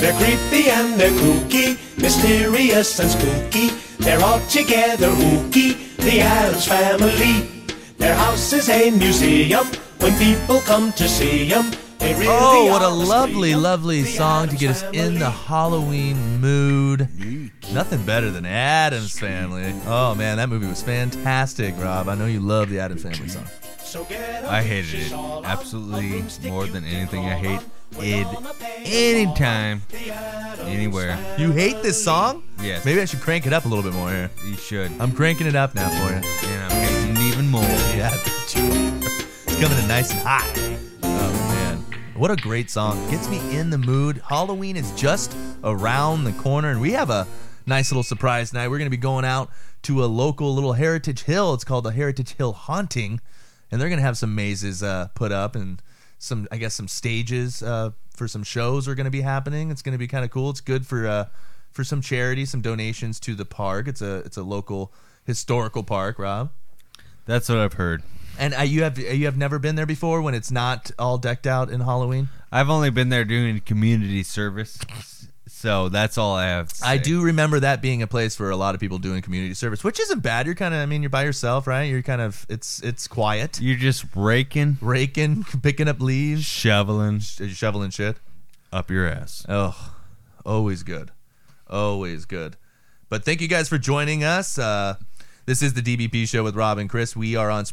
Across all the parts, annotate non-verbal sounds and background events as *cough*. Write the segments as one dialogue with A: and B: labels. A: They're creepy and they're kooky, mysterious and spooky. They're all together ooky, the Adams family. Their house is a museum. When people come to see 'em, they really
B: Oh, what a
A: are the
B: lovely,
A: scream of
B: lovely
A: the
B: song to
A: Addams
B: get us in the
A: Family.
B: Halloween mood. Nothing better than Adam's Family. Oh man, that movie was fantastic, Rob. I know you love the Adam's Family song.
A: So get a
C: I hated
A: witch's
C: it.
A: shawl on, a
C: Absolutely
A: broomstick
C: more
A: you
C: than
A: can
C: anything I
A: crawl
C: hate
A: on, with
C: id
A: on a pail of
C: anytime,
A: the Addams
C: anywhere.
B: You hate this song?
C: Yes.
B: Maybe I should crank it up a little bit more here.
C: You should.
B: I'm cranking it up now for you.
C: And I'm hating it even more.
B: Yeah, *laughs* I bet you are. it's coming in nice and hot. Oh man, what a great song! Gets me in the mood. Halloween is just around the corner, and we have a nice little surprise tonight. We're gonna be going out to a local little Heritage Hill. It's called the Heritage Hill Haunting, and they're gonna have some mazes uh, put up and some, I guess, some stages uh, for some shows are gonna be happening. It's gonna be kind of cool. It's good for. Uh, for some charity, some donations to the park. It's a it's a local historical park, Rob.
C: That's what I've heard.
B: And uh, you have you have never been there before when it's not all decked out in Halloween.
C: I've only been there doing community service, so that's all I have. to
B: I
C: say.
B: do remember that being a place for a lot of people doing community service, which isn't bad. You're kind of I mean you're by yourself, right? You're kind of it's it's quiet,
C: You're just raking,
B: raking, *laughs* picking up leaves,
C: shoveling
B: shoveling shit.
C: up your ass.
B: Oh, always good. Always good. But thank you guys for joining us. Uh, this is the DBP Show with Rob and Chris. We are on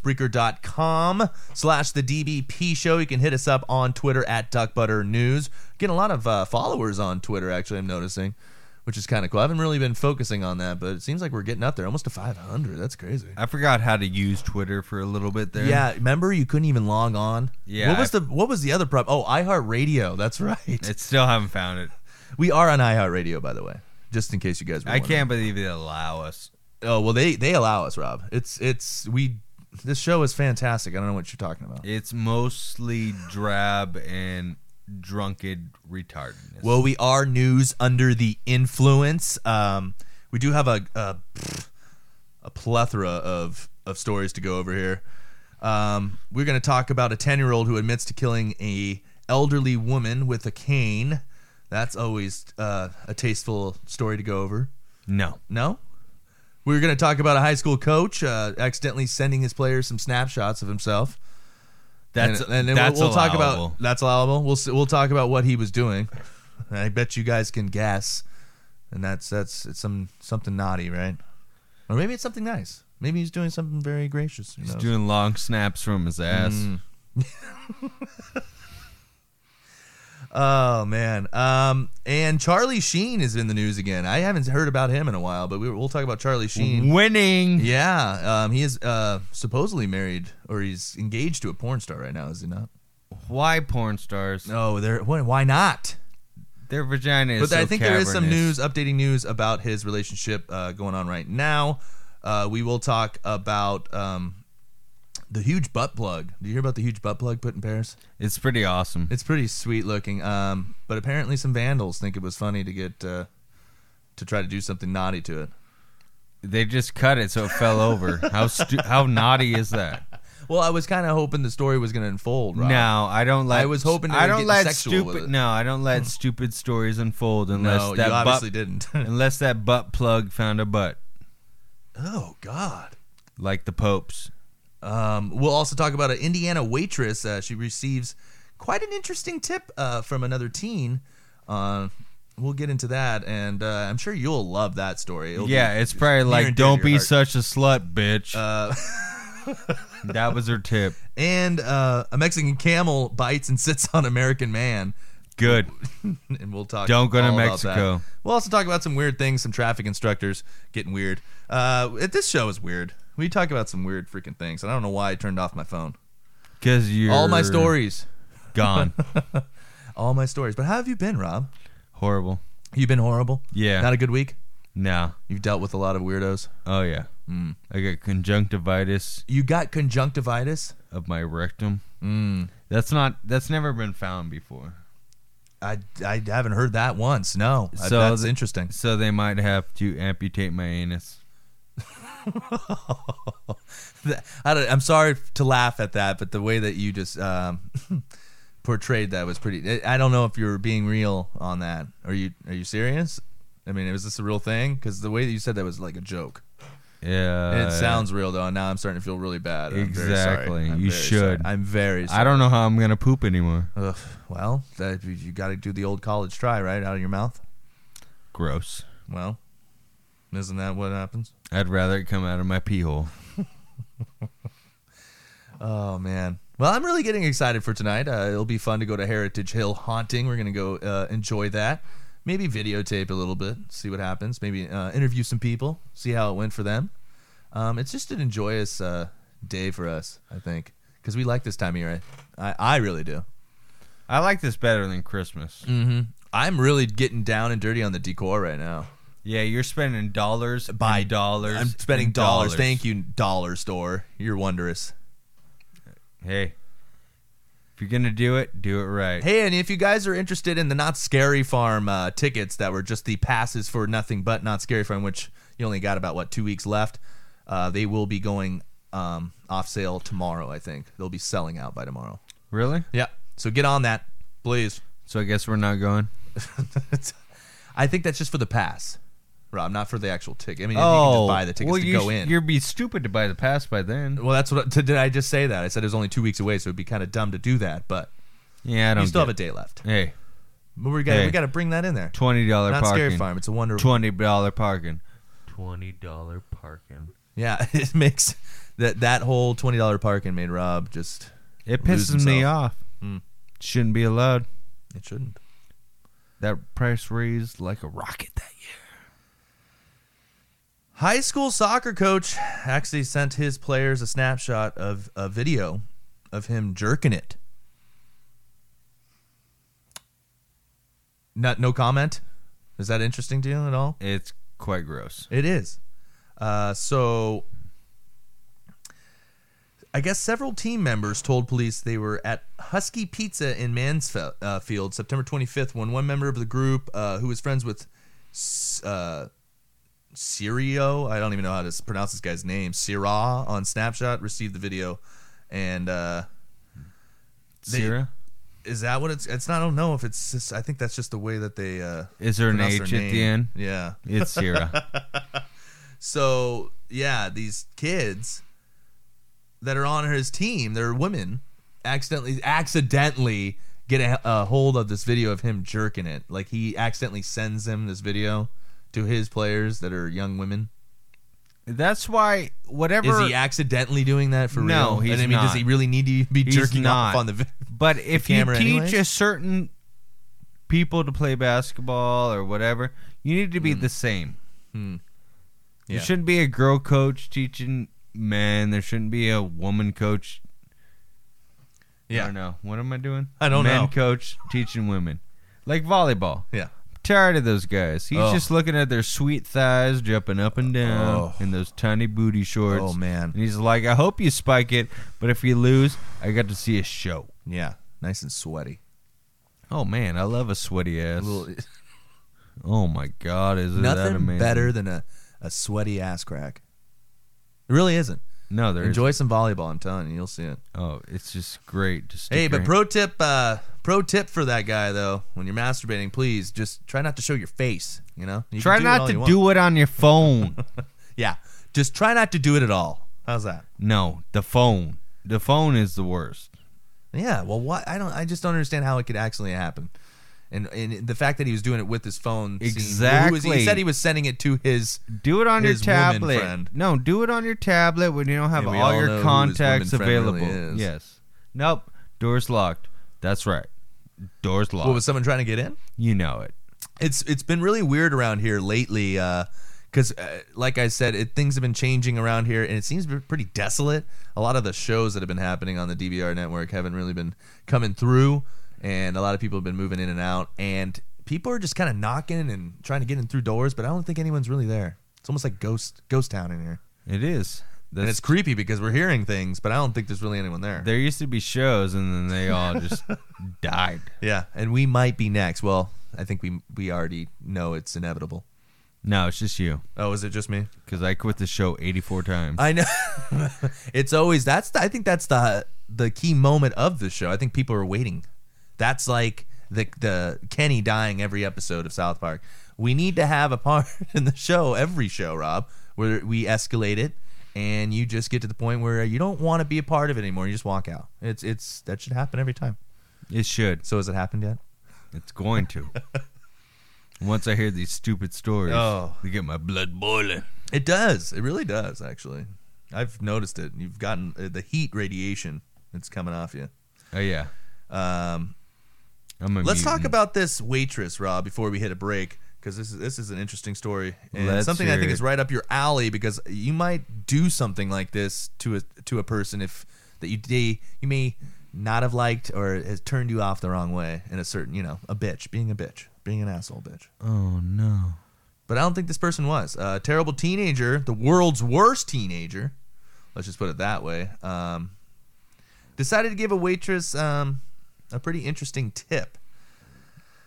B: Spreaker.com slash the DBP Show. You can hit us up on Twitter at DuckButter News. Getting a lot of uh, followers on Twitter, actually, I'm noticing, which is kind of cool. I haven't really been focusing on that, but it seems like we're getting up there. Almost to 500. That's crazy.
C: I forgot how to use Twitter for a little bit there.
B: Yeah, remember you couldn't even log on.
C: Yeah,
B: What was
C: I-
B: the What was the other problem? Oh, iHeartRadio. That's right.
C: It still haven't found it.
B: we are on iHeartRadio, by the way, just in case you guys. Were
C: I
B: wondering.
C: can't believe they allow us.
B: Oh well, they they allow us, Rob. It's it's we. This show is fantastic. I don't know what you're talking about.
C: It's mostly drab and drunken retardedness.
B: Well, we are news under the influence. Um, we do have a a, a plethora of of stories to go over here. Um, we're going to talk about a ten year old who admits to killing a elderly woman with a cane. That's always uh, a tasteful story to go over.
C: no.
B: No? We were going to talk about a high school coach uh, accidentally sending his players some snapshots of himself.
C: That's
B: and, and then
C: that's
B: we'll, we'll talk
C: allowable.
B: about that's allowable. We'll s- we'll talk about what he was doing. I bet you guys can guess, and that's that's it's some something naughty, right? Or maybe it's something nice. Maybe he's doing something very gracious. who
C: He's
B: knows?
C: doing long snaps from his ass.
B: Oh man. Um, and Charlie Sheen is in the news again. I haven't heard about him in a while, but we, we'll talk about Charlie Sheen.
C: Winning.
B: Mm. Yeah, um, he is uh, supposedly married or he's engaged to a porn star right now, is he not?
C: Why porn stars?
B: No, they're why, why not?
C: Their vagina is.
B: But I
C: so
B: think there is some
C: cavernous.
B: news, updating news about his relationship uh, going on right now. Uh, we will talk about um, the huge butt plug. Do you hear about the huge butt plug put in Paris?
C: It's pretty awesome.
B: It's pretty sweet looking. Um, but apparently, some vandals think it was funny to get uh, to try to do something naughty to it.
C: They just cut it so it fell over. How stu- how naughty is that?
B: Well, I was kind of hoping the story was going to unfold. Rob.
C: No, I don't let.
B: I was hoping they
C: I
B: were
C: don't
B: getting
C: let
B: sexual
C: stupid.
B: with it. Hmm.
C: No, I don't let stupid stories unfold unless
B: no, you
C: that
B: obviously
C: butt, *laughs*
B: didn't. *laughs*
C: unless that butt plug found a butt
B: oh God.
C: like the Pope's.
B: Um, we'll also talk about an Indiana waitress. Uh, she receives quite an interesting tip uh, from another teen. Uh, we'll get into that, and uh, I'm sure you'll love that story. It'll be-
C: yeah, it's probably like
B: and dear to
C: don't
B: your
C: be
B: heart." Uh,
C: such a slut, bitch. *laughs* that was her tip.
B: and uh, a Mexican camel bites and *laughs* sits on American man.
C: Good.
B: and we'll talk.
C: Don't go to
B: all about
C: Mexico.
B: that. We'll also talk about some weird things, some traffic instructors getting weird. Uh, this show is weird. We talk about some weird freaking things, and I don't know why I turned off my phone.
C: Cuz you
B: All my stories, *laughs*
C: gone.
B: all my stories. But how have you been, Rob?
C: Horrible.
B: You've been horrible.
C: Yeah.
B: Not a good week.
C: no.
B: You've dealt with a lot of weirdos.
C: Oh yeah.
B: Hmm.
C: I got conjunctivitis
B: You got conjunctivitis. Mm.
C: of my rectum. That's not that's never been found before.
B: I, I haven't heard that once. No, I-
C: So
B: that's *laughs*
C: the-
B: interesting.
C: So they might have to amputate my anus.
B: That- I don't, I'm sorry to laugh at that, but the way that you just um, *laughs* portrayed that was pretty. I I don't know if you're being real on that. Are you Are you serious? I mean, is this a real thing? Because the way that you said that was like a joke.
C: Yeah.
B: It sounds real though, and now I'm starting to feel really bad. I'm very sorry.
C: Exactly.
B: I'm
C: You
B: very
C: should.
B: sorry. I'm very. Sorry.
C: I don't know how I'm gonna poop anymore.
B: Ugh, well, that, you- you got to do the old college try, right, out of your mouth.
C: Gross.
B: Well, isn't that what happens?
C: I'd rather it come out of my pee hole.
B: Oh man. Well, I'm really getting excited for tonight. Uh, it'll be fun to go to Heritage Hill Haunting. We're gonna go uh, enjoy that. Maybe videotape a little bit, see what happens. Maybe uh, interview some people, see how it went for them. Um, it's just an joyous uh, day for us, I think, because we like this time of year. I, I really do.
C: I like this better than Christmas.
B: Mm. I'm really getting down and dirty on the decor right now.
C: Yeah, you're spending dollars
B: By-
C: by dollars.
B: I'm spending
C: and
B: dollars. Thank you, dollar store. You're wondrous.
C: Hey, if you're gonna do it, do it right.
B: Hey, and if you guys are interested in the Not Scary Farm uh, tickets that were just the passes for nothing but Not Scary Farm, which you only got about what two weeks left, uh, they will be going um, off sale tomorrow. I think they'll be selling out by tomorrow.
C: Really?
B: Yeah, so get on that,
C: *laughs*
B: please. *laughs*
C: So I guess we're not going.
B: I think that's just for the pass, Rob, not for the actual ticket. I mean, you can just buy the tickets
C: Oh, well,
B: to
C: you
B: go
C: sh-
B: in.
C: You'd be stupid to buy the pass by then.
B: Well, that's what did I just say that? I said it was only two weeks away, so it'd be kind of dumb to do that. But
C: Yeah, I don't.
B: you still have a
C: get
B: day left.
C: it. Hey,
B: But we got to
C: Hey.
B: we got to bring that in there.
C: twenty dollar
B: Not
C: parking.
B: scary farm. It's a wonderful.
C: Twenty dollar parking. Twenty dollar parking.
B: Yeah, *laughs* it makes that that whole twenty dollar parking made Rob just
C: It
B: Lose
C: pisses me
B: himself.
C: off.
B: Mm.
C: Shouldn't be allowed.
B: it shouldn't.
C: That price raised like a rocket that year.
B: High school soccer coach actually sent his players a snapshot of a video of him jerking it. Not no comment. Is that interesting to you at all?
C: It's quite gross.
B: It is. Uh, so, I guess several team members told police they were at Husky Pizza in Mansfield uh, Field, September 25th when one member of the group uh, who was friends with S- uh, Sirio, I don't even know how to s- pronounce this guy's name, Sirah on Snapshot received the video. And uh, They-
C: Sarah,
B: is that what it's? It's not. I don't know if it's. Just, I think that's just the way that they. Uh,
C: is there an
B: pronounce
C: H
B: their
C: at
B: name.
C: the end?
B: Yeah.
C: It's
B: *laughs*
C: Sarah.
B: So yeah, these kids that are on his team, they're women, accidentally accidentally get a, a hold of this video of him jerking it. Like he accidentally sends them this video to his players that are young women.
C: That's why whatever.
B: Is he accidentally doing that for real?
C: No, he's
B: and I mean, does
C: not.
B: he really need to be
C: He's
B: jerking off
C: not.
B: on the
C: *laughs*
B: video?
C: But if you
B: camera
C: teach
B: anyways?
C: a certain people to play basketball or whatever, you need to be the same.
B: Mm. Hmm. Yeah.
C: There shouldn't be a girl coach teaching men. There shouldn't be a woman coach. I
B: Yeah,
C: don't know. What am I doing?
B: I don't
C: Men
B: know.
C: coach teaching women. Like volleyball.
B: yeah.
C: Tired of those guys. He's
B: Oh.
C: just looking at their sweet thighs jumping up and down
B: Oh.
C: in those tiny booty shorts.
B: Oh man,
C: And he's like, I hope you spike it, but if you lose, I got to see a show.
B: yeah. Nice and sweaty.
C: Oh man, I love a sweaty ass.
B: Little-
C: Oh my god, is it that
B: nothing
C: amazing?
B: better than a, a sweaty ass crack. It really isn't.
C: No, there is.
B: Enjoy some volleyball. I'm telling you, you'll see it.
C: Oh, it's just great. to stick
B: Hey, but
C: your-
B: pro tip, uh, pro tip for that guy though, when you're masturbating, please just try not to show your face. You know, You can
C: try
B: do it all
C: not
B: you
C: to
B: want.
C: do it on
B: *laughs*
C: your phone.
B: Yeah, just try not to do it at all. How's that?
C: no, the phone. The phone is the worst.
B: Yeah. Well, what I don't, I just don't understand how it could actually happen, and and the fact that he was doing it with his phone. seemed- Who was- he
C: Exactly.
B: said he was sending it to his.
C: Do it on
B: His
C: your
B: woman friend.
C: tablet. No, do it on your tablet when you don't have
B: And we
C: all
B: all know who
C: your
B: his
C: contacts
B: woman friend really
C: available.
B: is.
C: yes. Nope. Door's locked. That's right. Door's locked.
B: What was someone trying to get in?
C: you know it.
B: it's it's been really weird around here lately because uh, like i said it, things have been changing around here and it seems to be pretty desolate a lot of the shows that have been happening on the dvr network haven't really been coming through and a lot of people have been moving in and out and people are just kind of knocking and trying to get in through doors but i don't think anyone's really there it's almost like ghost ghost town in here
C: It is.
B: and
C: That's
B: it's creepy because we're hearing things, but I don't think there's really anyone there.
C: *laughs* there used to be shows, and then they
B: *laughs*
C: all just died.
B: Yeah, and we might be next. Well, I think we we already know it's inevitable.
C: No, it's just you,
B: Oh, is it just me?
C: because I quit the show 84 times.
B: I know. *laughs* it's always that's. The, I think that's the the key moment of the show. I think people are waiting. That's like the the Kenny dying every episode of South Park. We need to have a part *laughs* in the show every show, Rob, where we escalate it, and you just get to the point where you don't want to be a part of it anymore. You just walk out. It's it's that should happen every time.
C: it should.
B: So has it happened yet?
C: It's going
B: *laughs*
C: to. Once I hear these stupid stories,
B: Oh.
C: they get my blood boiling.
B: It does. It really does. Actually, I've noticed it. You've gotten uh, the heat radiation that's coming off you.
C: Oh yeah.
B: Um,
C: I'm a
B: Let's talk
C: mutant.
B: about this waitress, Rob, before we hit a break, because this is this is an interesting story and
C: Let's
B: something I
C: hear
B: think
C: it.
B: is right up your alley. Because you might do something like this to a to a person if that you they, you may not have liked or has turned you off the wrong way in a certain you know a bitch being a bitch being an asshole bitch.
C: Oh no.
B: But I don't think this person was a terrible teenager, the world's worst teenager. Let's just put it that way. Um, decided to give a waitress um, a pretty interesting tip.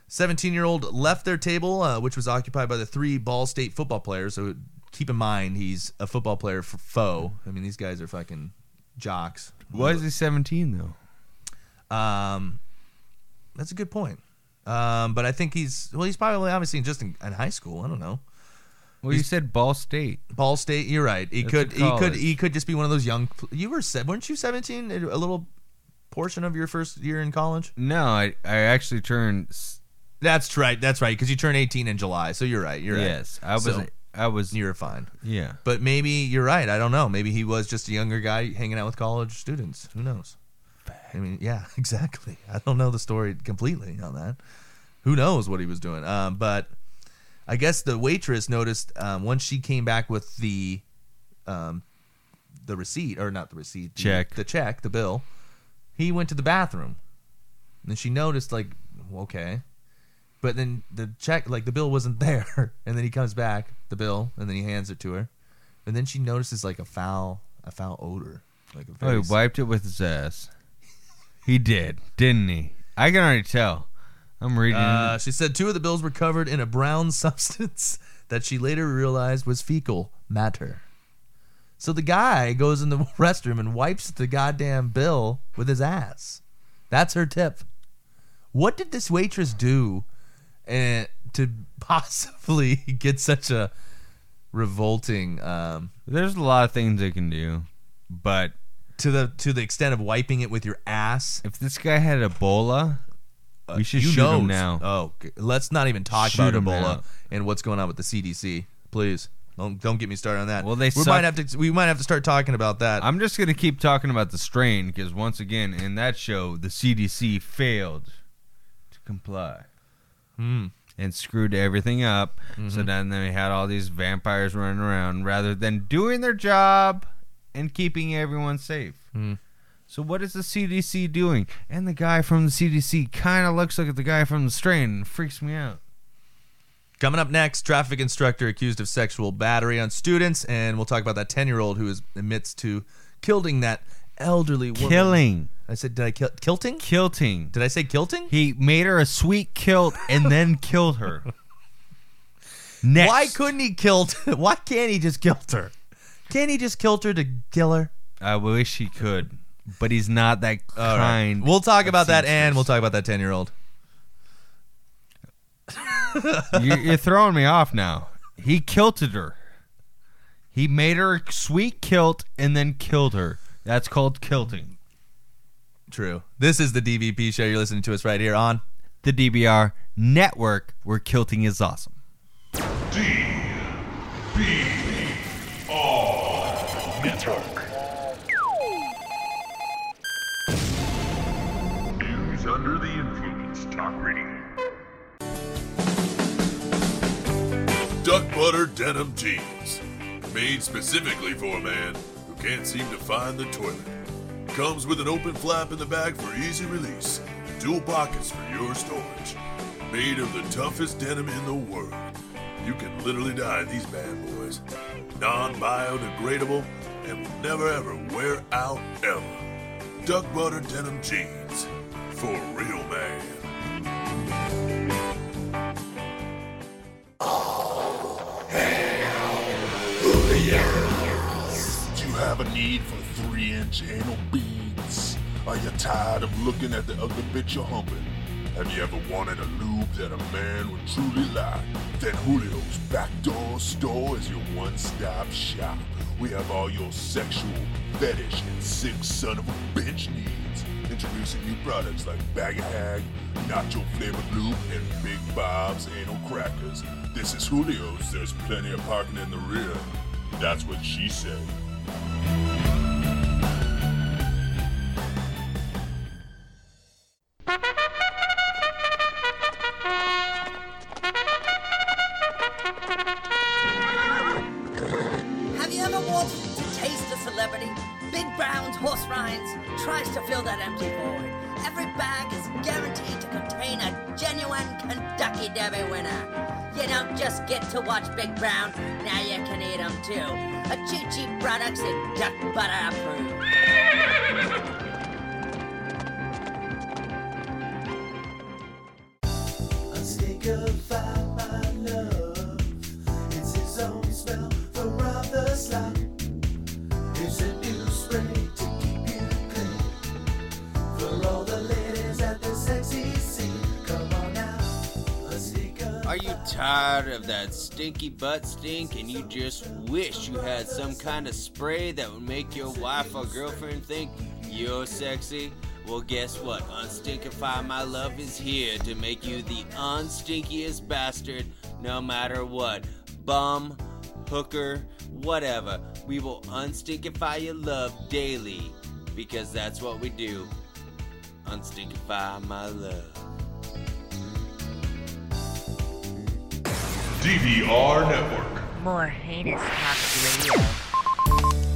B: 17 year old left their table, uh, which was occupied by the three Ball State football players. So keep in mind, he's a football player for foe. I mean, these guys are fucking jocks.
C: Why is he 17 though?
B: Um, that's a good point. Um, but I think he's, well, he's probably obviously just in, in high school. I don't know.
C: Well, you said Ball State.
B: Ball State. You're right. He
C: That's
B: could.
C: a
B: He could.
C: college.
B: He could just be one of those young. You were. se- weren't you 17? A little portion of your first year in college.
C: No, I I actually turned. s-
B: That's right. That's right. Because you turn 18 in July. So you're right. You're right.
C: Yes, I was.
B: So-
C: I was.
B: You're fine.
C: Yeah.
B: But maybe you're right. I don't know. Maybe he was just a younger guy hanging out with college students. Who knows? I mean, yeah, *laughs* exactly. I don't know the story completely on that. Who knows what he was doing? Um, but I guess the waitress noticed um, once she came back with the um, the receipt or not the receipt the-
C: Check.
B: the check the bill. He went to the bathroom, and she noticed like okay, but then the check like the bill wasn't *laughs* there, and then he comes back the bill, and then he hands it to her, and then she notices like a foul a foul odor like a
C: Oh,
B: very
C: he wiped it with his ass. He did, didn't he? I can already tell. I'm reading.
B: Uh, she said two of the bills were covered in a brown *laughs* substance that she later realized was fecal matter. So the guy goes in the *laughs* restroom and wipes the goddamn bill with his ass. That's her tip. What did this waitress do eh, to *laughs* possibly get such a revolting um,
C: There's a lot of things they can do, but
B: to the to the extent of wiping it with your ass?
C: if this guy had Ebola, we should
B: You
C: shoot him
B: knows.
C: now.
B: Oh, g- let's not even talk about
C: Shoot him
B: Ebola
C: now.
B: and what's going on with the CDC. Please don't don't get me started on that.
C: Well, they
B: we
C: suck-
B: might have to we might have to start talking about that.
C: I'm just gonna keep talking about the strain because once again, in that show, the CDC failed to comply
B: Hmm. Mm-hmm.
C: and screwed everything up. So then they had all these vampires running around rather than doing their job and keeping everyone safe.
B: Hmm.
C: So what is the CDC doing? And the guy from the CDC kind of looks like the guy from the strain and freaks me out.
B: Coming up next, traffic instructor accused of sexual battery on students, and we'll talk about that ten year old who is, admits to killing that elderly woman.
C: Killing,
B: I said, did I kill kilting?
C: kilting.
B: Did I say kilting?
C: He made her a sweet kilt and then killed her. Next.
B: Why couldn't he kill? *laughs* Why can't he just kill her? Can't he just kill her to kill her?
C: I wish he could, but he's not that
B: All right.
C: kind.
B: We'll talk
C: of
B: about that,
C: seamstress.
B: and we'll talk about that ten year old.
C: you're, you're throwing me off now. He kilted her. He made her a sweet kilt and then killed her. That's called kilting.
B: True. This is the DVP show. You're listening to us right here on.
C: The DBR network, where kilting is awesome.
D: Network. News under the influence talk radio.
E: Duck butter denim jeans. Made specifically for a man who can't seem to find the toilet. Comes with an open flap in the back for easy release, and dual pockets for your storage. Made of the toughest denim in the world. You can literally dye these bad boys. Non biodegradable, and will never ever wear out ever. Duck butter denim jeans for a real man.
F: Do you have a need for three inch anal beads? Are you tired of looking at the ugly bitch you're humping? Have you ever wanted a lube that a man would truly like? Then Julio's Backdoor Store is your one stop shop. We have all your sexual, fetish, and sick son of a bitch needs. Introducing new products like Bag of Hag, Nacho Flavored Lube, and Big Bob's Anal Crackers. This is Julio's. There's plenty of parking in the rear. That's what she said.
G: Have you ever wanted to taste a celebrity? Big Brown's Horse Rinds tries to fill that empty void. Every bag is guaranteed to contain a genuine Kentucky Derby winner. You don't just get to watch Big Brown, now you can eat 'em too. A Chee Chee Products and Duck Butter approved.
H: Are you tired of that stinky butt stink and you just wish you had some kind of spray that would make your wife or girlfriend think you're sexy? Well, guess what? Unstinkify My Love is here to make you the unstinkiest bastard no matter what. Bum, hooker, whatever. We will unstinkify your love daily because that's what we do. Unstinkify My Love.
E: DVR Network.
G: More heinous talk radio.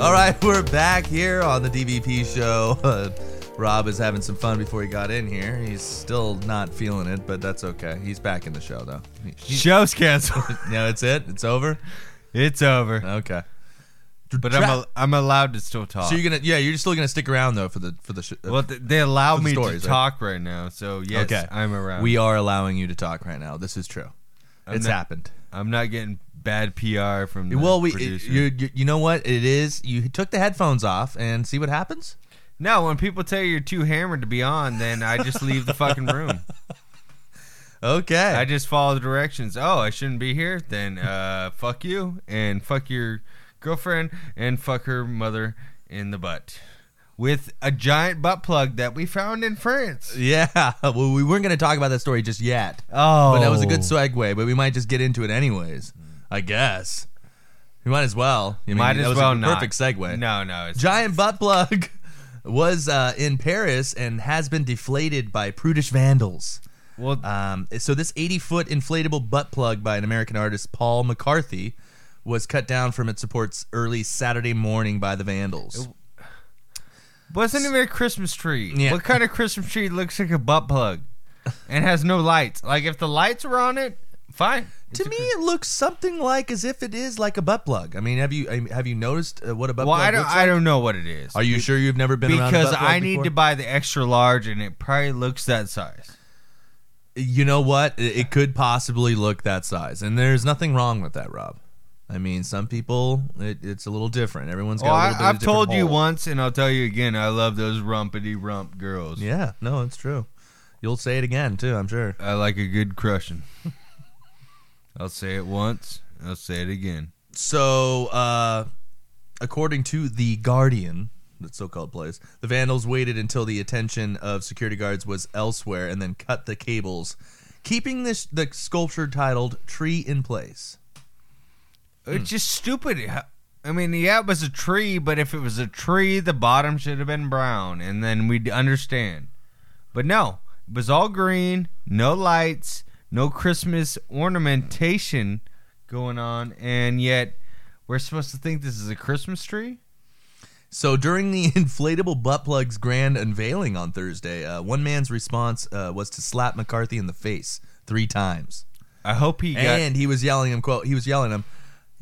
B: All right, we're back here on the DVP show. *laughs* Uh, Rob is having some fun before he got in here. He's still not feeling it, but that's okay. He's back in the show though. He- he- *laughs*
C: Show's canceled. *laughs*
B: no, it's it. It's over.
C: it's over.
B: Okay.
C: But I'm al- I'm allowed to still talk.
B: Uh, So you're gonna yeah, you're still gonna stick around though for the for the sh- uh,
C: well, th- they allow
B: For the
C: me
B: stories,
C: to
B: right?
C: talk right now, so yes,
B: Okay.
C: I'm around.
B: We are allowing you to talk right now. This is true.
C: I'm
B: it's
C: not-
B: happened.
C: I'm not getting bad PR from the
B: Well, we
C: producer.
B: you, you you know what it is. You took the headphones off and see what happens.
C: no, when people tell you you're too hammered to be on, then I just leave the
B: *laughs*
C: fucking room.
B: Okay.
C: I just follow the directions. Oh, I shouldn't be here. Then uh, fuck you and fuck your girlfriend and fuck her mother in the butt with a giant butt plug that we found in France.
B: yeah. *laughs* Well, we weren't gonna talk about that story just yet.
C: Oh, Hmm.
B: But that was a good segue. But we might just get into it anyways. I guess. We might as well. I mean,
C: Might
B: that
C: as
B: was
C: well
B: a
C: not.
B: Perfect segue.
C: No, no, it's
B: Giant butt plug *laughs* was uh, in Paris and has been deflated by prudish vandals.
C: well.
B: Um, so this 80-foot inflatable butt plug by an American artist, Paul McCarthy, was cut down from its supports early Saturday morning by the vandals.
C: Wasn't even a Christmas tree.
B: Yeah.
C: What kind of Christmas tree looks like a
B: *laughs*
C: butt plug and has no lights? Like if the lights were on it, fine.
B: to me, it looks something like as if it is like a butt plug. I mean, have you I mean, have you noticed uh, what a butt
C: Well,
B: plug
C: I don't.
B: looks
C: I
B: like?
C: don't know what it is
B: Are you sure you've never been around a
C: because
B: butt plug
C: I need
B: before?
C: to buy the extra large, and it probably looks that size.
B: you know what? It it could possibly look that size, and there's nothing wrong with that, Rob. I mean, some people it, it's a little different. Everyone's got
C: Well,
B: a
C: I,
B: little bit of a
C: I've
B: different
C: told you
B: hole.
C: once, and I'll tell you again. I love those rumpity rump girls.
B: Yeah, no, it's true. You'll say it again too, I'm sure.
C: I like a good crushing. *laughs* I'll say it once. I'll say it again.
B: So, uh, according to the Guardian, that so-called place, the vandals waited until the attention of security guards was elsewhere and then cut the cables, keeping this the sculpture titled "Tree in Place."
C: It's just stupid. How- I mean, yeah, it was a tree, but if it was a tree, the bottom should have been brown, and then we'd understand. But no, it was all green, no lights, no Christmas ornamentation going on, and yet we're supposed to think this is a Christmas tree.
B: So during the *laughs* inflatable butt plug's grand unveiling on Thursday, uh, one man's response uh, was to slap McCarthy in the face, three times.
C: I hope he got.
B: and he was yelling him quote he was yelling him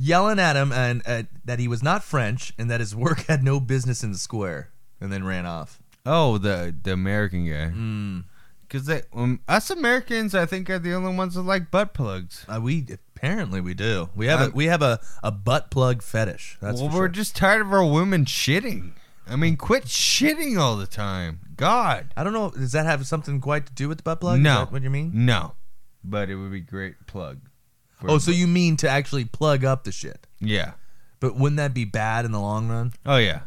B: yelling at him and uh, that he was not french and that his work *laughs* had no business in the square and then ran off
C: oh, the the American guy. Because um, us Americans, I think, are the only ones that like butt plugs.
B: uh, we apparently we do we have a
C: Um,
B: we have a, a butt plug fetish that's
C: well,
B: for
C: we're
B: sure.
C: just tired of our women shitting. I mean, quit shitting all the time. God.
B: i don't know does that have something quite to do with the butt plug Is
C: No.
B: that what you mean
C: No. But it would be great plug. for-
B: oh so you mean to actually plug up the shit
C: yeah.
B: but wouldn't that be bad in the long run
C: Oh yeah.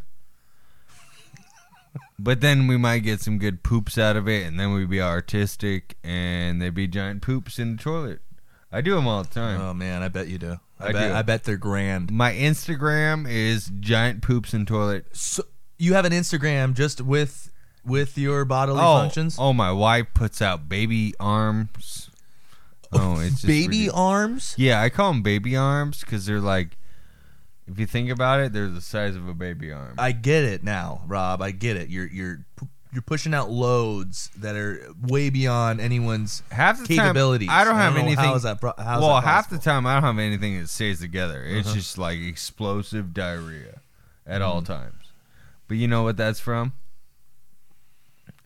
C: but then we might get some good poops out of it, and then we'd be artistic, and there'd be giant poops in the toilet. I do them all the time.
B: oh man i bet you do i,
C: I
B: bet
C: do.
B: i bet they're grand
C: My Instagram is giant poops in toilet.
B: so you have an instagram just with with your bodily
C: Oh,
B: functions
C: oh, my wife puts out baby arms. Oh, it's
B: *laughs*
C: just
B: baby
C: ridic-
B: arms
C: Yeah, I call them baby arms because they're like, if you think about it, they're the size of a baby arm.
B: I get it now, Rob. I get it. You're you're pu- you're pushing out loads that are way beyond anyone's
C: half the
B: capabilities.
C: Time, I don't have
B: know
C: anything.
B: How is that? Pro- how is
C: well,
B: that
C: half the
B: possible? Uh-huh.
C: time I don't have anything that stays together. It's just like explosive diarrhea at all
B: Mm-hmm.
C: times. But you know what that's from?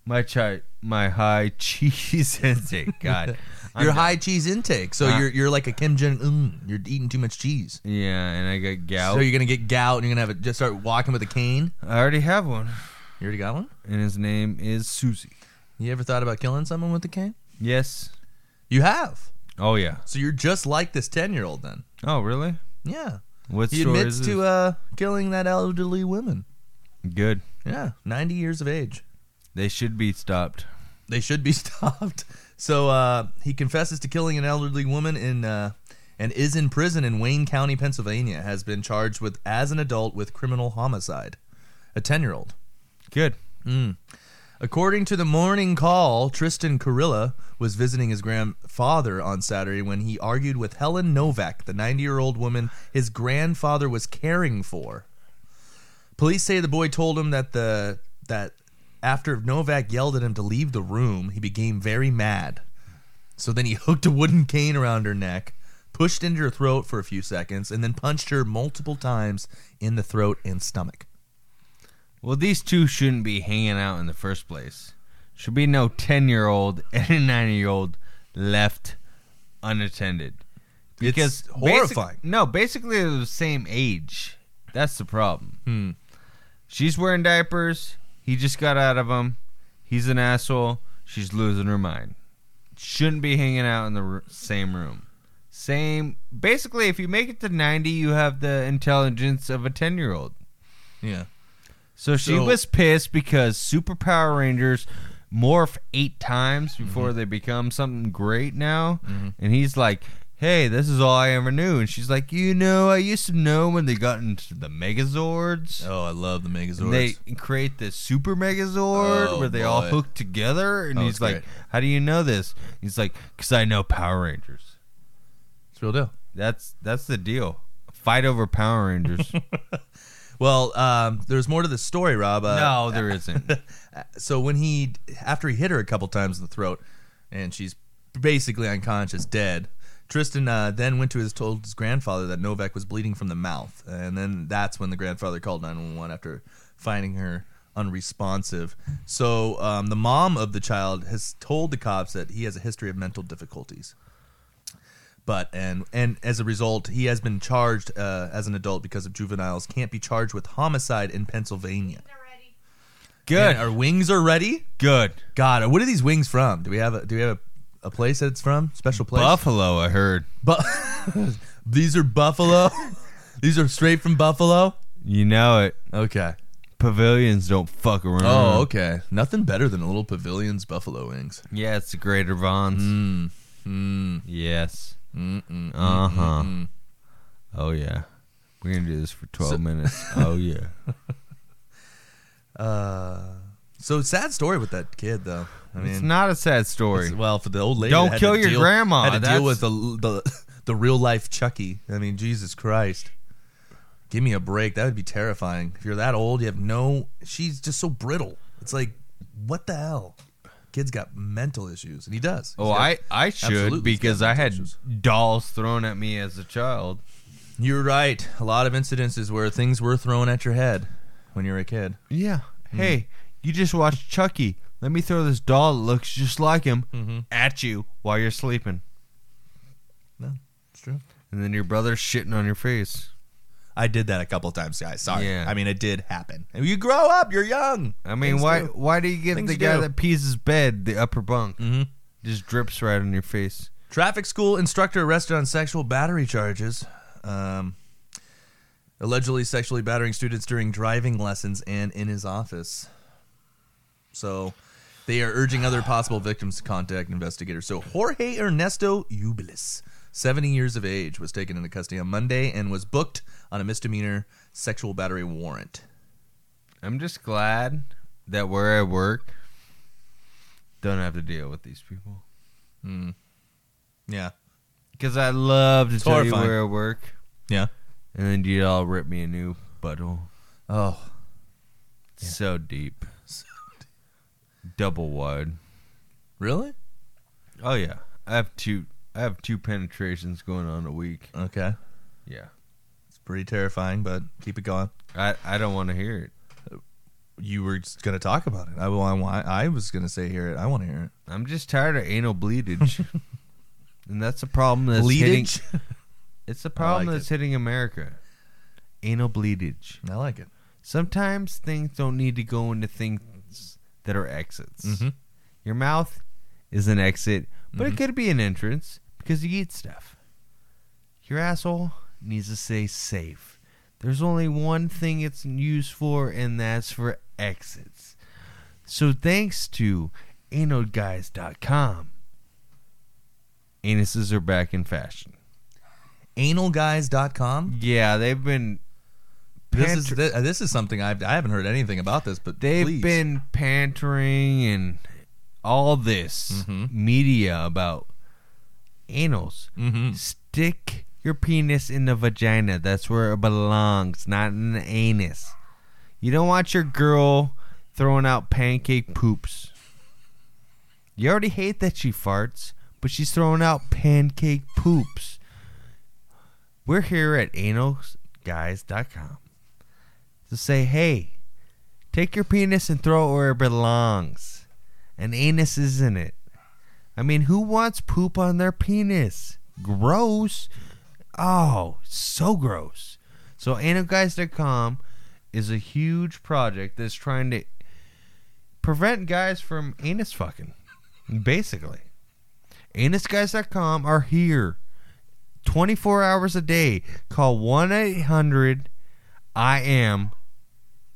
C: My chi- my high *laughs* cheese
B: *laughs*
C: intake. God, I'm
B: your
C: d-
B: high cheese intake. So
C: Huh?
B: you're you're like a Kim Jong Un. You're eating too much cheese.
C: Yeah, and I got gout.
B: So you're gonna get gout, and you're gonna have it. Just start walking with a cane.
C: I already have one,
B: You already got one.
C: and his name is Susie.
B: You ever thought about killing someone with a cane?
C: Yes.
B: You have.
C: Oh yeah.
B: So you're just like this ten year old then.
C: Oh really?
B: Yeah.
C: What
B: He
C: story
B: admits
C: is
B: to
C: this?
B: uh, killing that elderly woman.
C: Good.
B: Yeah, ninety years of age.
C: They should be stopped.
B: they should be *laughs* stopped. So uh, he confesses to killing an elderly woman in uh, and is in prison in Wayne County, Pennsylvania. Has been charged with as an adult with criminal homicide, a ten year old.
C: Good.
B: According to the morning call, Tristan Carilla was visiting his grandfather on Saturday when he argued with Helen Novak, the 90 year old woman his grandfather was caring for. Police say the boy told him that the that after Novak yelled at him to leave the room, he became very mad. So then he *laughs* hooked a wooden cane around her neck, pushed into her throat for a few seconds, and then punched her multiple times in the throat and stomach.
C: Well, these two shouldn't be hanging out in the first place. Should be no 10 year old and a 9 year old left unattended. Because
B: it's
C: basic-
B: horrifying.
C: no, basically they're the same age. That's the problem.
B: Hmm.
C: She's wearing diapers. He just got out of them. He's an asshole. She's losing her mind. Shouldn't be hanging out in the r- same room. Same. Basically, if you make it to 90, you have the intelligence of a 10 year old.
B: Yeah.
C: So she
B: So-
C: was pissed because Super Power Rangers morph eight times before
B: Mm-hmm.
C: they become something great now. And he's like, hey, this is all I ever knew. And she's like, you know, I used to know when they got into the Megazords.
B: Oh, I love the Megazords.
C: They create the Super Megazord
B: Oh,
C: where they all
B: boy.
C: hook together. And
B: Oh,
C: he's
B: it's
C: like,
B: great.
C: how do you know this? He's like, because I know Power Rangers.
B: it's real deal.
C: That's that's the deal. Fight over Power
B: *laughs*
C: Rangers.
B: Well, um, there's more to the story, Rob. Uh,
C: no,
B: *laughs*
C: there isn't.
B: So when he, after he hit her a couple times in the throat, and she's basically unconscious, dead. Tristan uh, then went to his told his grandfather that Novak was bleeding from the mouth, and then that's when the grandfather called 911 after finding her unresponsive. So um, the mom of the child has told the cops that he has a history of mental difficulties. But and and as a result, he has been charged uh, as an adult because of juveniles can't be charged with homicide in Pennsylvania.
C: Good.
B: And our wings are ready.
C: Good.
B: God, what are these wings from? Do we have a do we have a, a place that it's from? Special place?
C: Buffalo, I heard.
B: Bu- *laughs* these are Buffalo. *laughs* these are straight from Buffalo.
C: You know it.
B: Okay.
C: Pavilions don't fuck around.
B: Oh, okay. Nothing better than a little pavilion's buffalo wings.
C: yeah, it's the Greater Vons. mm. Yes. Uh huh. Oh yeah. We're gonna do this for twelve minutes. *laughs* Oh yeah.
B: Uh, So sad story with that kid though. I mean,
C: it's not a sad story.
B: it's- well for the old lady.
C: Don't
B: that had
C: kill
B: to
C: your
B: deal-
C: grandma.
B: Had to
C: That's-
B: deal with the the the real life Chucky. I mean, Jesus Christ. Give me a break. That would be terrifying. If you're that old, you have no. She's just so brittle. It's like, what the hell? kid's got mental issues, and he does. He's
C: Oh,
B: got-
C: I, I
B: absolutely,
C: should
B: he's
C: because
B: got
C: I had
B: potentials.
C: dolls thrown at me as a child.
B: You're right. A lot of incidences where things were thrown at your head when you were a kid.
C: Yeah. Hey, you just watched Chucky. Let me throw this doll that looks just like him at you while you're sleeping.
B: No, it's true.
C: And then your brother's shitting on your face.
B: I did that a couple times, guys. Sorry.
C: Yeah.
B: I mean, it did happen. You grow up. You're young.
C: I mean,
B: Things
C: why
B: do.
C: why do you give
B: Things
C: the
B: do.
C: guy that pees his bed the upper bunk?
B: Mhm.
C: Just drips right on your face.
B: Traffic school instructor arrested on sexual battery charges. Um, allegedly sexually battering students during driving lessons and in his office. So they are urging other possible victims to contact investigators. So Jorge Ernesto Ubilis, 70 years of age, was taken into custody on Monday and was booked on a misdemeanor sexual battery warrant.
C: I'm just glad that where I work don't have to deal with these people.
B: Yeah.
C: Because I love to tell
B: horrifying.
C: you where I work,
B: Yeah.
C: and then you all rip me a new butthole.
B: Oh,
C: So deep.
B: *laughs*
C: Double wide.
B: really?
C: Oh yeah. I have two I have two penetrations going on a week.
B: Okay.
C: Yeah.
B: It's pretty terrifying, but keep it going.
C: I, I don't want to hear it.
B: you were going to talk about it. I well, I, want- I was going to say hear it. I want to hear it.
C: I'm just tired of anal bleedage.
B: *laughs*
C: and that's a problem that's hitting
B: Bleedage.
C: it's a problem
B: like
C: that's hitting America. Anal bleedage.
B: I like it.
C: Sometimes things don't need to go into things that are exits.
B: Mhm.
C: Your mouth is an exit, but it could be an entrance because you eat stuff. Your asshole needs to stay safe. There's only one thing it's used for, and that's for exits. So thanks to anoguys.com, anuses are back in fashion.
B: Analguys.com.
C: Yeah, they've been.
B: This is
C: pantry-
B: this, this is something I've I haven't heard anything about this, but
C: They've
B: please.
C: been pantering and all this
B: Mhm.
C: media about anals.
B: Mhm.
C: Stick your penis in the vagina. That's where it belongs, not in the anus. You don't want your girl throwing out pancake poops. You already hate that she farts, but she's throwing out pancake poops. We're here at analguys.com to say, hey, Take your penis and throw it where it belongs. An anus is in it. I mean, who wants poop on their penis? Gross. Oh, so gross. So, analguys.com is a huge project that's trying to prevent guys from anus fucking, basically. Anusguys.com are here 24 hours a day. Call 1 800 I am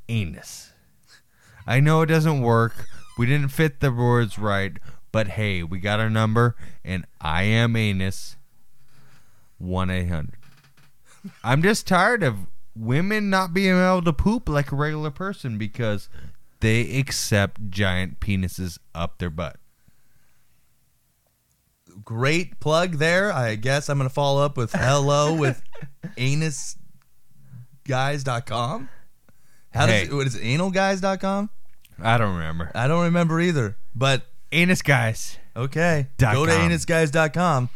C: anus. I know it doesn't work. We didn't fit the words right, but hey, we got our number, and I am anus. 1 800. I'm just tired of women not being able to poop like a regular person because they accept giant penises up their butt.
B: great plug there. I guess I'm going to follow up with
C: *laughs*
B: hello with anusguys.com. How does
C: Hey.
B: it, what is it? Analguys.com?
C: I don't remember. Uh,
B: I don't remember either, but
C: Anus guys.
B: okay.
C: Dot
B: Go to
C: com.
B: anusguys.com.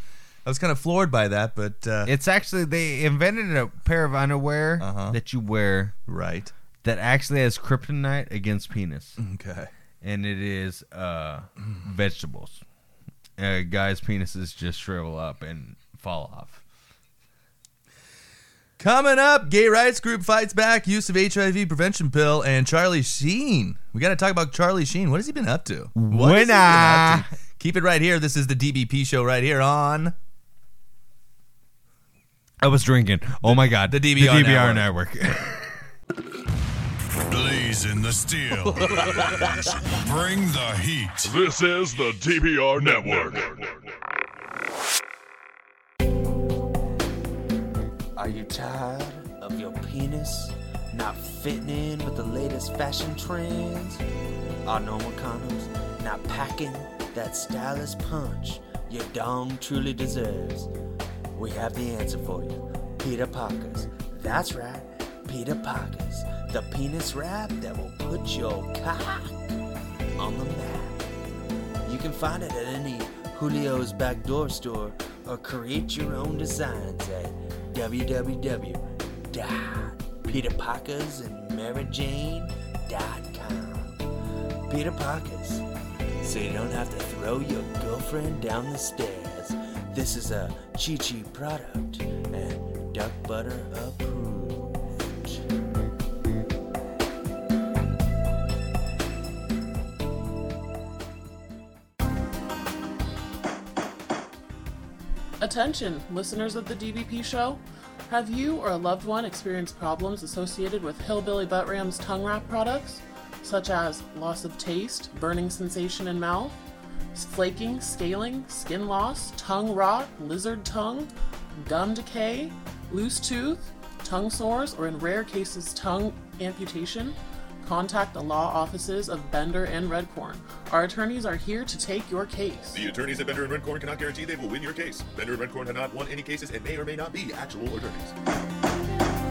B: I was kind of floored by that, but uh,
C: It's actually, they invented a pair of underwear
B: Uh-huh.
C: that you wear
B: right.
C: that actually has kryptonite against penis.
B: Okay.
C: and it is uh, vegetables. Uh, guys' penises just shrivel up and fall off.
B: Coming up, gay rights group fights back, use of HIV prevention pill, and Charlie Sheen. We got to talk about Charlie Sheen. What has he been up to? What has he been up to? Keep it right here. This is the DBP show right here on.
C: I was drinking. Oh my god,
B: the DVR
C: network. *laughs*
E: Blazing the
D: *laughs*
E: steel. Bring the heat.
D: This is the DBR Network.
H: Are you tired of your penis not fitting in with the latest fashion trends? Are normal condoms not packing that stylish punch your dong truly deserves? We have the answer for you. Peter Parker's. That's right, Peter Parker's. The penis wrap that will put your cock on the map. You can find it at any Julio's Backdoor store or create your own designs at www.peterpockersandmaryjane.com. Peter Pockers, so you don't have to throw your girlfriend down the stairs. This is a Chi Chi product and duck butter approved.
I: Attention, listeners of the DBP show. Have you or a loved one experienced problems associated with Hillbilly Butt Ram's tongue wrap products, such as loss of taste, burning sensation in mouth, flaking, scaling, skin loss, tongue rot, lizard tongue, gum decay, loose tooth, tongue sores, or in rare cases, tongue amputation? Contact the law offices of Bender and Redcorn. Our attorneys are here to take your case.
J: The attorneys at Bender and Redcorn cannot guarantee they will win your case. Bender and Redcorn have not won any cases and may or may not be actual attorneys.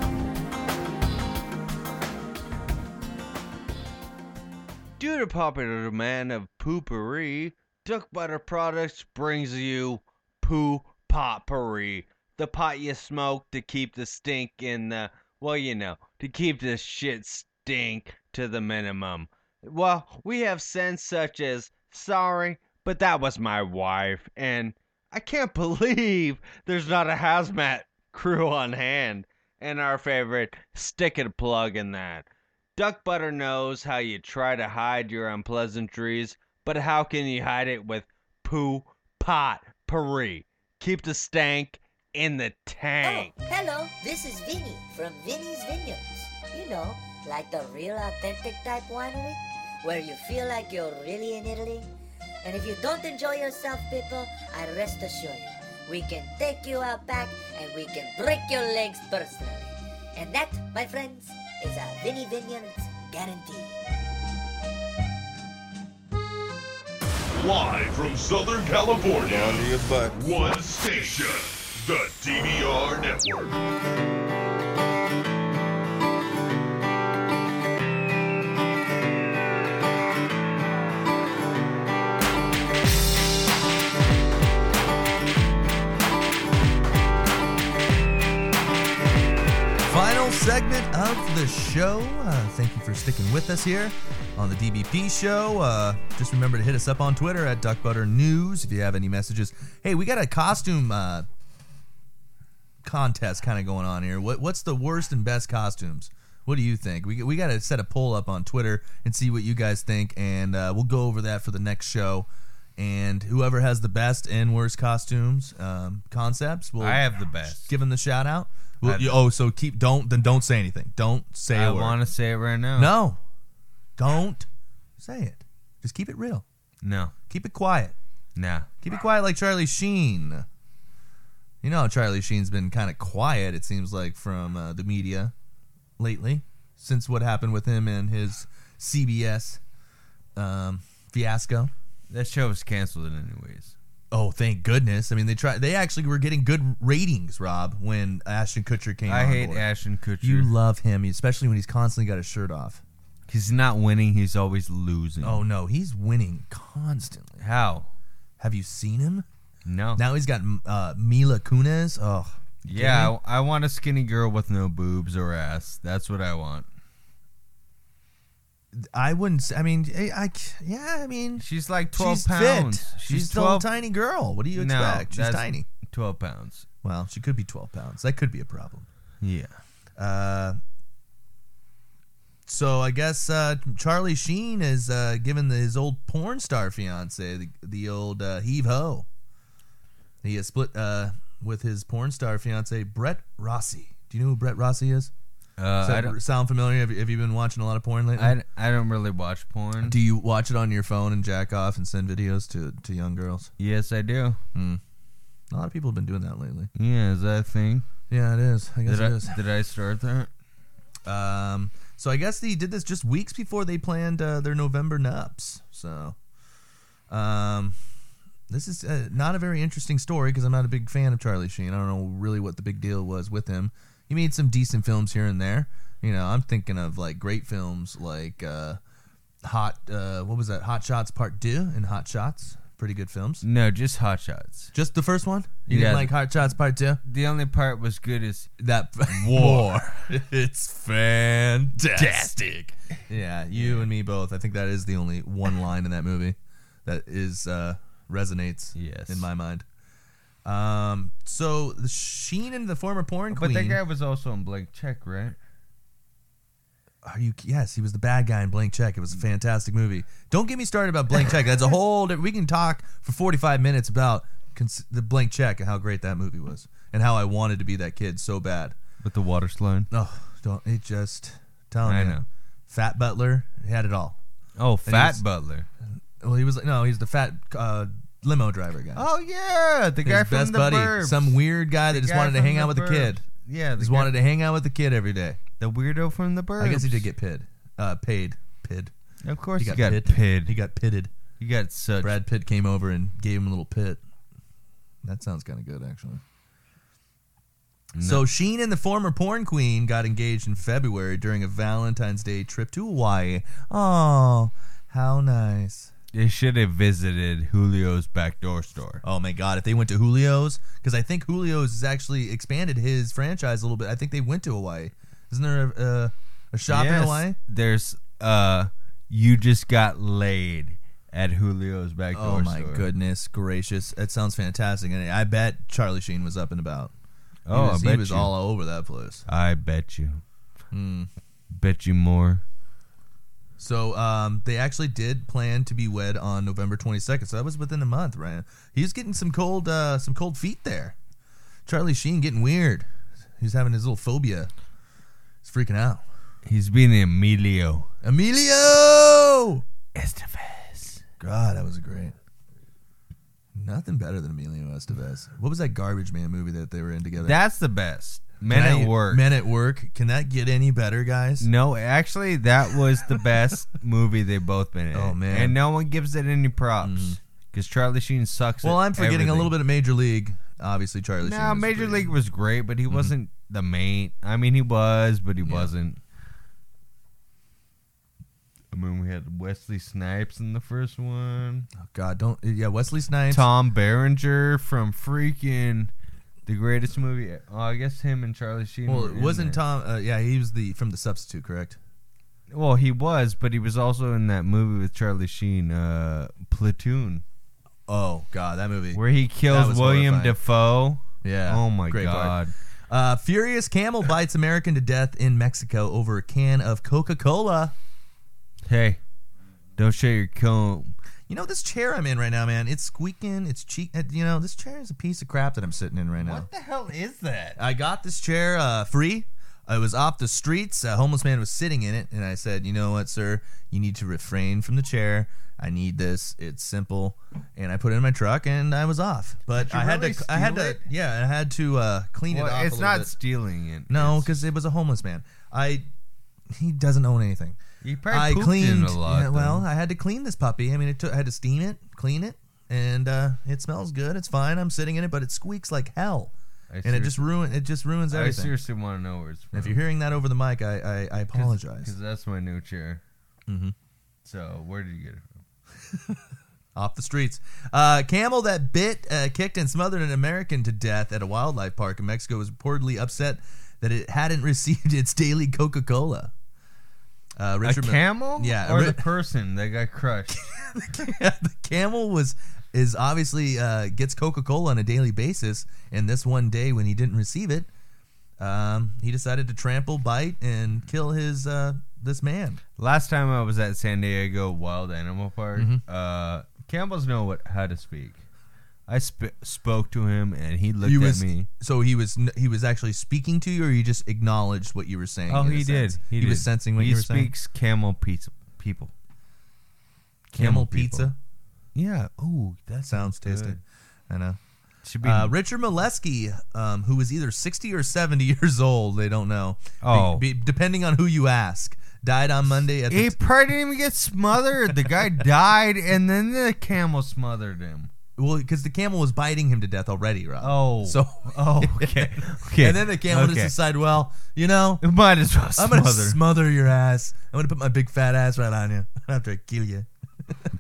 C: Due to popular demand of poopery, Duck Butter Products brings you Poo Potpourri. The pot you smoke to keep the stink in the, well, you know, to keep the shit stink to the minimum. Well, we have scents such as Sorry, but that was my wife, and I can't *laughs* believe there's not a hazmat crew on hand, and our favorite, Stick It Plug in that. Duck Butter knows how you try to hide your unpleasantries, but how can you hide it with poo pot potpourri? Keep the stank in the tank.
K: Oh, hello, this is Vinny from Vinny's Vineyards. You know, like the real authentic type winery, where you feel like you're really in Italy. And if you don't enjoy yourself, people, I rest assure you, we can take you out back and we can break your legs personally. And that, my friends, is a Vinny Vineyards guarantee.
D: Live from Southern California, one station, the DVR Network.
B: Final segment of the show. Uh, thank you for sticking with us here on the DBP show. Uh, just remember to hit us up on Twitter at Duck Butter News if you have any messages. Hey, we got a costume uh, contest kind of going on here. What what's the worst and best costumes? What do you think? We we got to set a poll up on Twitter and see what you guys think, and uh, we'll go over that for the next show. And whoever has the best and worst costumes um, concepts, will
C: I have the best.
B: give him the shout out. Well,
C: I've-
B: you- oh, so keep don't then don't say anything. Don't say
C: I
B: a word.
C: want to say it right now.
B: no, don't say it. Just keep it real.
C: No.
B: Keep it quiet.
C: No.
B: Keep it quiet like Charlie Sheen. You know how Charlie Sheen's been kind of quiet. It seems like from uh, the media lately since what happened with him and his CBS um, fiasco.
C: That show was canceled anyways.
B: Oh, thank goodness! I mean, they try. They actually were getting good ratings, Rob, when Ashton Kutcher came.
C: I
B: on
C: hate
B: board.
C: Ashton Kutcher.
B: You love him, especially when he's constantly got his shirt off.
C: he's not winning. He's always losing.
B: Oh no, he's winning constantly.
C: how?
B: Have you seen him?
C: No.
B: Now he's got uh, Mila Kunis. Oh,
C: yeah, I, I want a skinny girl with no boobs or ass. That's what I want.
B: I wouldn't. s- I mean, eh, I, I c- yeah. I mean,
C: She's like 12
B: she's
C: pounds.
B: Fit. She's,
C: She's,
B: still
C: 12
B: a tiny girl. What do you
C: No,
B: expect? she's
C: that's-
B: tiny.
C: 12 pounds.
B: Well, she could be twelve pounds. That could be a problem.
C: Yeah.
B: Uh, so I guess uh, Charlie Sheen is uh, giving the, his old porn star fiance the, the old uh, heave ho. He is split uh, with his porn star fiance Brett Rossi. Do you know who Brett Rossi is?
C: Uh,
B: Does
C: I,
B: that
C: don't,
B: sound familiar? Have you, have you been watching a lot of porn lately?
C: I, I don't really watch porn.
B: Do you watch it on your phone and jack off and send videos to, to young girls?
C: yes, I do.
B: A lot of people have been doing that lately.
C: Yeah, is that a thing?
B: Yeah, it is. I guess
C: Did I,
B: it is.
C: did I start that?
B: Um, so I guess they did this just weeks before they planned uh, their November nups. So, um, this is uh, not a very interesting story because I'm not a big fan of Charlie Sheen. I don't know really what the big deal was with him. He made some decent films here and there. You know, I'm thinking of like great films like uh, Hot, uh, what was that? Hot Shots Part Two and Hot Shots. Pretty good films.
C: No, just Hot Shots.
B: Just the first one. You didn't like Hot Shots Part Two?
C: The only part was good is
B: that war. it's fantastic. yeah, you and me both. I think that is the only one line in that movie that is uh, resonates.
C: Yes.
B: in my mind. Um, so the Sheen and the former porn
C: But
B: queen.
C: that guy was also in Blank Check, right?
B: Are you? Yes, he was the bad guy in Blank Check. It was a fantastic movie. Don't get me started about Blank Check. That's a whole. di- We can talk for forty-five minutes about cons- the Blank Check and how great that movie was, and how I wanted to be that kid so bad.
C: With the water slide.
B: Oh, don't it just telling
C: I
B: you,
C: know.
B: Fat Butler he had it all.
C: Oh,
B: he
C: Fat
B: was-
C: Butler.
B: Well, he was no, he's the fat uh, limo driver guy.
C: Oh yeah, the guy
B: His
C: from
B: best
C: the
B: buddy,
C: Burbs.
B: some weird guy that just
C: guy
B: wanted to
C: from
B: hang
C: the
B: out with the kid.
C: Burbs. Yeah, the
B: just
C: guy-
B: wanted to hang out with the kid every day.
C: the weirdo from the Burbs.
B: I guess he did get pid, uh, paid, pid.
C: Of course, he got,
B: pid.
C: pid. pitted.
B: He
C: He got,
B: got pitted.
C: such.
B: Brad Pitt came over and gave him a little pit. That sounds kind of good, actually. So Sheen and the former porn queen got engaged in February during a Valentine's Day trip to Hawaii. Oh, how nice!
C: They should have visited Julio's backdoor store.
B: Oh my God! If they went to Julio's, because I think Julio's has actually expanded his franchise a little bit. I think they went to Hawaii. Isn't there a, a, a shop in
C: Yes,
B: Hawaii?
C: There's uh, you just got laid at Julio's backdoor
B: Oh my
C: store.
B: goodness gracious! That sounds fantastic, and I bet Charlie Sheen was up and about. He
C: Oh,
B: was,
C: I bet
B: he was
C: you.
B: all over that place.
C: I bet you.
B: Hmm.
C: Bet you more.
B: So um, they actually did plan to be wed on November 22nd. So that was within a month, right? He was getting some cold, uh, some cold feet there. Charlie Sheen getting weird. He was having his little phobia. He's freaking out.
C: He's being Emilio.
B: Emilio.
C: Estevez.
B: God, that was great. Nothing better than Emilio Estevez. What was that garbage man movie that they were in together?
C: That's the best. Men
B: Can
C: at
B: I-
C: work. Mm.
B: Men at work. Can that get any better, guys?
C: No, actually, that was the
B: *laughs*
C: best movie they've both been in.
B: Oh, man. Mm-hmm.
C: And no one gives it any props because Charlie Sheen sucks.
B: Well,
C: at
B: I'm forgetting a
C: everything.
B: little bit of Major League. Obviously, Charlie Sheen.
C: No,
B: was
C: Major
B: pretty- Mm-hmm.
C: League was great, but he wasn't the main. I mean, he was, but he wasn't. I mean, we had Wesley Snipes in the first one.
B: Oh, God, don't. Yeah, Wesley Snipes.
C: Tom Berenger from freaking the greatest movie. Oh, I guess him and Charlie Sheen.
B: Well,
C: were
B: it
C: in
B: wasn't
C: there.
B: Tom. Uh, yeah, he was the from the substitute, correct?
C: Well, he was, but he was also in that movie with Charlie Sheen, uh, Platoon,
B: Oh God, that movie.
C: where he
B: was
C: kills William
B: horrifying.
C: Defoe.
B: Yeah.
C: Oh my
B: great part.
C: god.
B: Uh, furious camel bites American to death in Mexico over a can of Coca Cola.
C: Hey, don't show your comb.
B: You know this chair I'm in right now, man. It's squeaking. It's cheek. uh, You know this chair is a piece of crap that I'm sitting in right now.
C: the hell is that?
B: I got this chair uh, free. I was off the streets. A homeless man was sitting in it, and I said, "You know what, sir? You need to refrain from the chair. I need this. It's simple." And I put it in my truck, and I was off. But
C: you
B: I had
C: really
B: to. I had
C: steal
B: to.
C: it?
B: Yeah, I had to uh, clean it
C: Well,
B: off.
C: it's
B: a little
C: not
B: bit.
C: stealing it.
B: No,
C: It's-
B: because it was a homeless man. I. He doesn't own anything.
C: he probably
B: I
C: pooped
B: cleaned.
C: in a lot.
B: yeah, well,
C: though.
B: I had to clean this puppy. I mean, it took, I had to steam it, clean it, and uh, it smells good. It's fine. I'm sitting in it, but it squeaks like hell,
C: I
B: and it just ruin. It just ruins
C: I
B: everything.
C: seriously want to know where it's from.
B: And if you're hearing that over the mic, I I, I apologize.
C: because that's my new chair. Mm-hmm. So where did you get it from?
B: Off the streets, uh, camel that bit, uh, kicked, and smothered an American to death at a wildlife park in Mexico was reportedly upset that it hadn't *laughs* received its daily Coca-Cola. Uh,
C: a
B: Richard Mil-
C: camel?
B: Yeah,
C: or
B: Ri-
C: the person that
B: *laughs*
C: got crushed.
B: the camel was is obviously uh, gets Coca-Cola on a daily basis, and this one day when he didn't receive it, um, he decided to trample, bite, and kill his uh, this man.
C: Last time I was at San Diego Wild Animal Park,
B: Mm-hmm.
C: uh, Campbell's know what how to speak. I sp- spoke to him and he looked
B: you
C: at
B: was,
C: me.
B: So he was n- he was actually speaking to you, or you just acknowledged what you were saying.
C: Oh,
B: in a
C: he did.
B: sense?
C: He,
B: was
C: did.
B: sensing what
C: he
B: you were saying.
C: speaks camel pizza people.
B: Camel
C: people.
B: pizza
C: Yeah. Oh, that
B: sounds tasty. I know.
C: Should
B: *laughs*
C: be.
B: Uh, Richard Molesky, um, who was either 60 or 70 *laughs* years old, they don't know.
C: Oh.
B: Be- be- depending on who you ask, died on Monday at the
C: he probably didn't even get smothered.
B: *laughs*
C: The guy died, and then the camel smothered him.
B: Well, because the camel was biting him to death already, Rob.
C: Oh.
B: so
C: *laughs* Oh, okay. Okay.
B: And then the camel
C: Okay.
B: just decided, well, you know,
C: *laughs* Might as well
B: I'm
C: smother.
B: gonna smother your ass. I'm gonna put my big fat ass right on you. *laughs* after I kill you.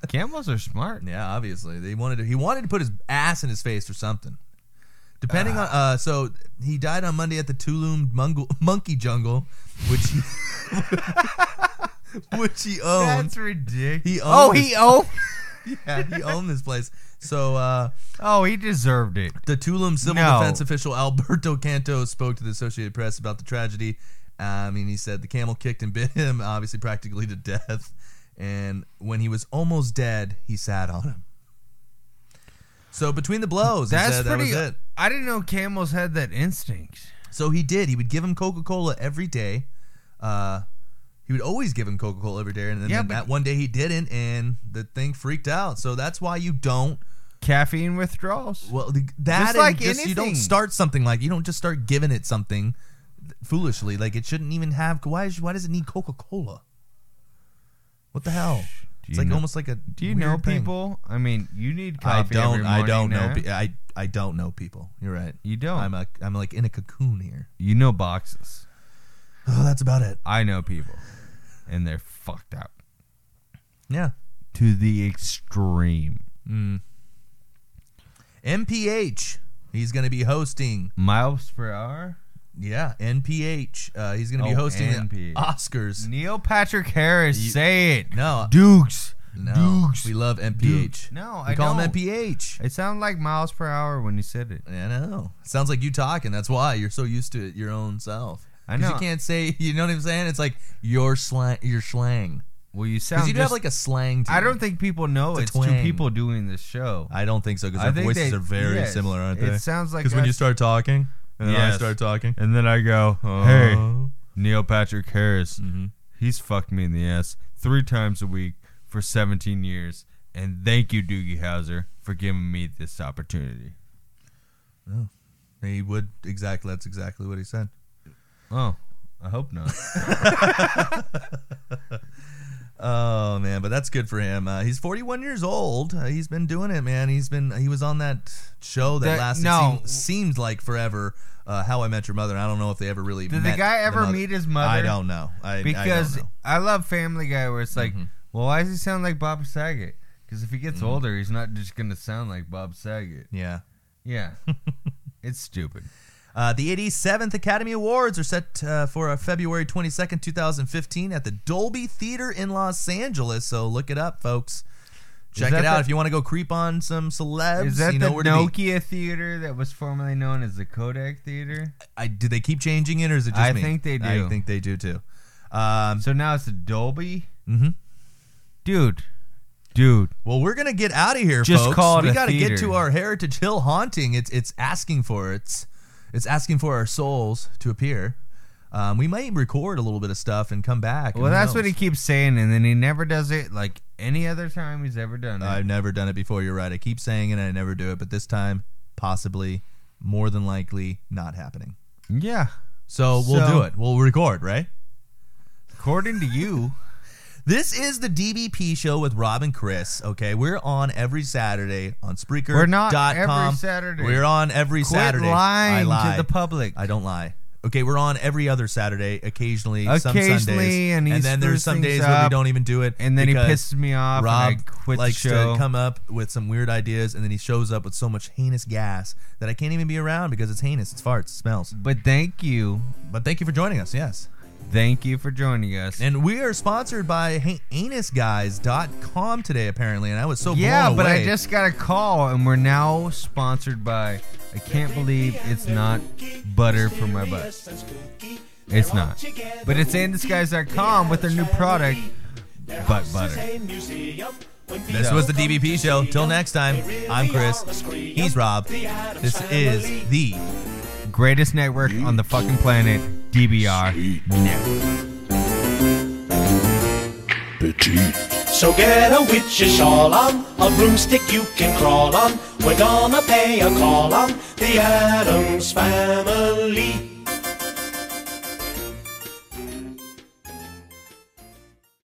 C: Camels are smart.
B: Yeah, obviously they wanted to. He wanted to put his ass in his face or something.
C: Ah.
B: Depending on uh, so he died on Monday at the Tulum Mungo- Monkey Jungle, which he, *laughs* which he owned.
C: That's ridiculous.
B: He
C: oh,
B: owned
C: he
B: this-
C: oh,
B: yeah, he owned this place. So uh,
C: oh, he deserved it.
B: the Tulum civil
C: No.
B: defense official *laughs* Alberto Canto spoke to the Associated Press about the tragedy. Uh, I mean, he said the camel kicked and bit him, *laughs* obviously practically to death. And when he was almost dead, he sat on him. So between the blows, he
C: That's
B: said
C: pretty.
B: that was it.
C: I didn't know camels had that instinct.
B: So he did. He would give him Coca Cola every day. Uh, he would always give him Coca Cola every day, and then,
C: Yeah,
B: then
C: but-
B: that one day he didn't, and the thing freaked out. So that's why you don't.
C: Caffeine withdrawals.
B: Well, the, that
C: Just
B: and
C: like
B: just- you don't
C: anything.
B: start something like you don't just start giving it something foolishly. Like it shouldn't even have. Why? Is, why does it need Coca Cola? What the hell?
C: Do
B: It's
C: you
B: like
C: know-
B: almost like a.
C: Do you
B: weird
C: know
B: thing.
C: people? I mean, you need
B: I
C: coffee.
B: don't.
C: every
B: I don't
C: morning
B: know.
C: now.
B: Pe- I I don't know people. You're right.
C: You don't.
B: I'm a. I'm like in a cocoon here.
C: you know boxes.
B: Oh, that's about it.
C: I know people, and they're fucked up
B: Yeah.
C: to the extreme.
B: MPH. He's going to be hosting.
C: Miles per hour.
B: Yeah, NPH. Uh, he's going to be
C: Oh,
B: hosting the
C: NPH.
B: Oscars.
C: Neil Patrick Harris. say it.
B: No,
C: Dukes.
B: no.
C: Dukes.
B: We love MPH.
C: Dukes. No,
B: we
C: I
B: call him
C: don't.
B: MPH.
C: It sounded like miles per hour when you said it.
B: I know. Sounds like you talking. That's why you're so used to it, your own self.
C: I
B: 'Cause
C: know.
B: You can't say. *laughs* You know what I'm saying? It's like your slang. Your slang.
C: Well, you sound.
B: Because you do
C: just,
B: have like a slang. To
C: I
B: you.
C: don't think people know
B: It's
C: it's,
B: a
C: two
B: twang.
C: people doing this show.
B: I don't think so because
C: I
B: their
C: think
B: voices
C: they-
B: are very
C: yes.
B: similar, aren't they?
C: It sounds like
B: because when you
C: us.
B: start talking, and then I
C: Yes.
B: start talking.
C: And then I go,
B: Oh.
C: Neil Patrick Harris,
B: Mm-hmm.
C: he's fucked me in the ass three times a week for 17 years, and thank you, Doogie Howser, for giving me this opportunity.
B: He would exactly. That's exactly what he said.
C: Oh, I hope
B: *laughs*
C: not.
B: Oh man, but that's good for him. Uh, he's 41 years old. Uh, he's been doing it, man. He's been he was on that show that,
C: That-
B: lasted
C: no.
B: seem- seemed like forever. Uh, How I Met Your Mother. I don't know if they ever really
C: Did the
B: met
C: guy ever
B: mother.
C: meet his mother?
B: I don't know. I- I don't
C: because
B: know. Mm-hmm.
C: I, love Family Guy, where it's like, well, why does he sound like Bob Saget? Because if he gets older, he's not just going to sound like Bob Saget.
B: yeah. *laughs*
C: Yeah. it's stupid.
B: Uh, the 87th Academy Awards are set uh, for uh, February 22nd, 2015, at the Dolby Theater in Los Angeles. So look it up, folks. Check
C: that
B: it out
C: the-
B: if you want to go creep on some celebs.
C: Is that
B: you know
C: the
B: where to be.
C: Nokia Theater that was formerly known as the Kodak Theater?
B: I, do they keep changing it, or is it just
C: I
B: me?
C: think they
B: I
C: do.
B: think they do too. Um,
C: So now it's Adobe?
B: Mhm.
C: Dude. Dude.
B: Well, we're gonna get out of here,
C: Just
B: folks.
C: call it
B: we
C: a
B: gotta get
C: theater.
B: to our Heritage Hill haunting. It's it's asking for it's it's asking for our souls to appear. Um, we might record a little bit of stuff and come back.
C: Well,
B: Who
C: that's
B: knows?
C: what he keeps saying, and then he never does it like any other time he's ever done it.
B: I've never done it before. You're right. I keep saying it, and I never do it. But this time, possibly, more than likely, not happening.
C: yeah.
B: So we'll
C: So-
B: do it. We'll record, right?
C: According to you,
B: This is the DBP show with Rob and Chris. Okay, we're on every Saturday on Spreaker.
C: We're not
B: dot
C: every
B: com.
C: Saturday.
B: We're on every
C: quit
B: Saturday. I
C: lying
B: lie.
C: to the public.
B: I don't lie. Okay, we're on every other Saturday, occasionally, some
C: Occasionally,
B: Sundays,
C: and he
B: then there's
C: screws
B: some
C: things
B: days where we
C: up,
B: don't even do it.
C: and then he
B: because
C: pisses me off, and
B: Rob
C: I quit the
B: likes
C: show.
B: to come up with some weird ideas, and then he shows up with so much heinous gas that I can't even be around because it's heinous. It's farts, it smells.
C: but thank you,
B: But thank you for joining us. Yes.
C: thank you for joining us.
B: And we are sponsored by ha- anusguys.com today, apparently. And I was so
C: yeah,
B: blown
C: but I
B: away.
C: just got a call, and we're now sponsored by. I can't believe it's not butter for my butt. It's not. But it's andisguise.com with their new product, butt butter.
B: This was the DBP show. Till next time, I'm Chris. He's Rob. This is the
C: greatest network on the fucking planet, DBR.
A: So get a witch's shawl on, a broomstick you can crawl on. We're gonna pay a call on the Adams Family.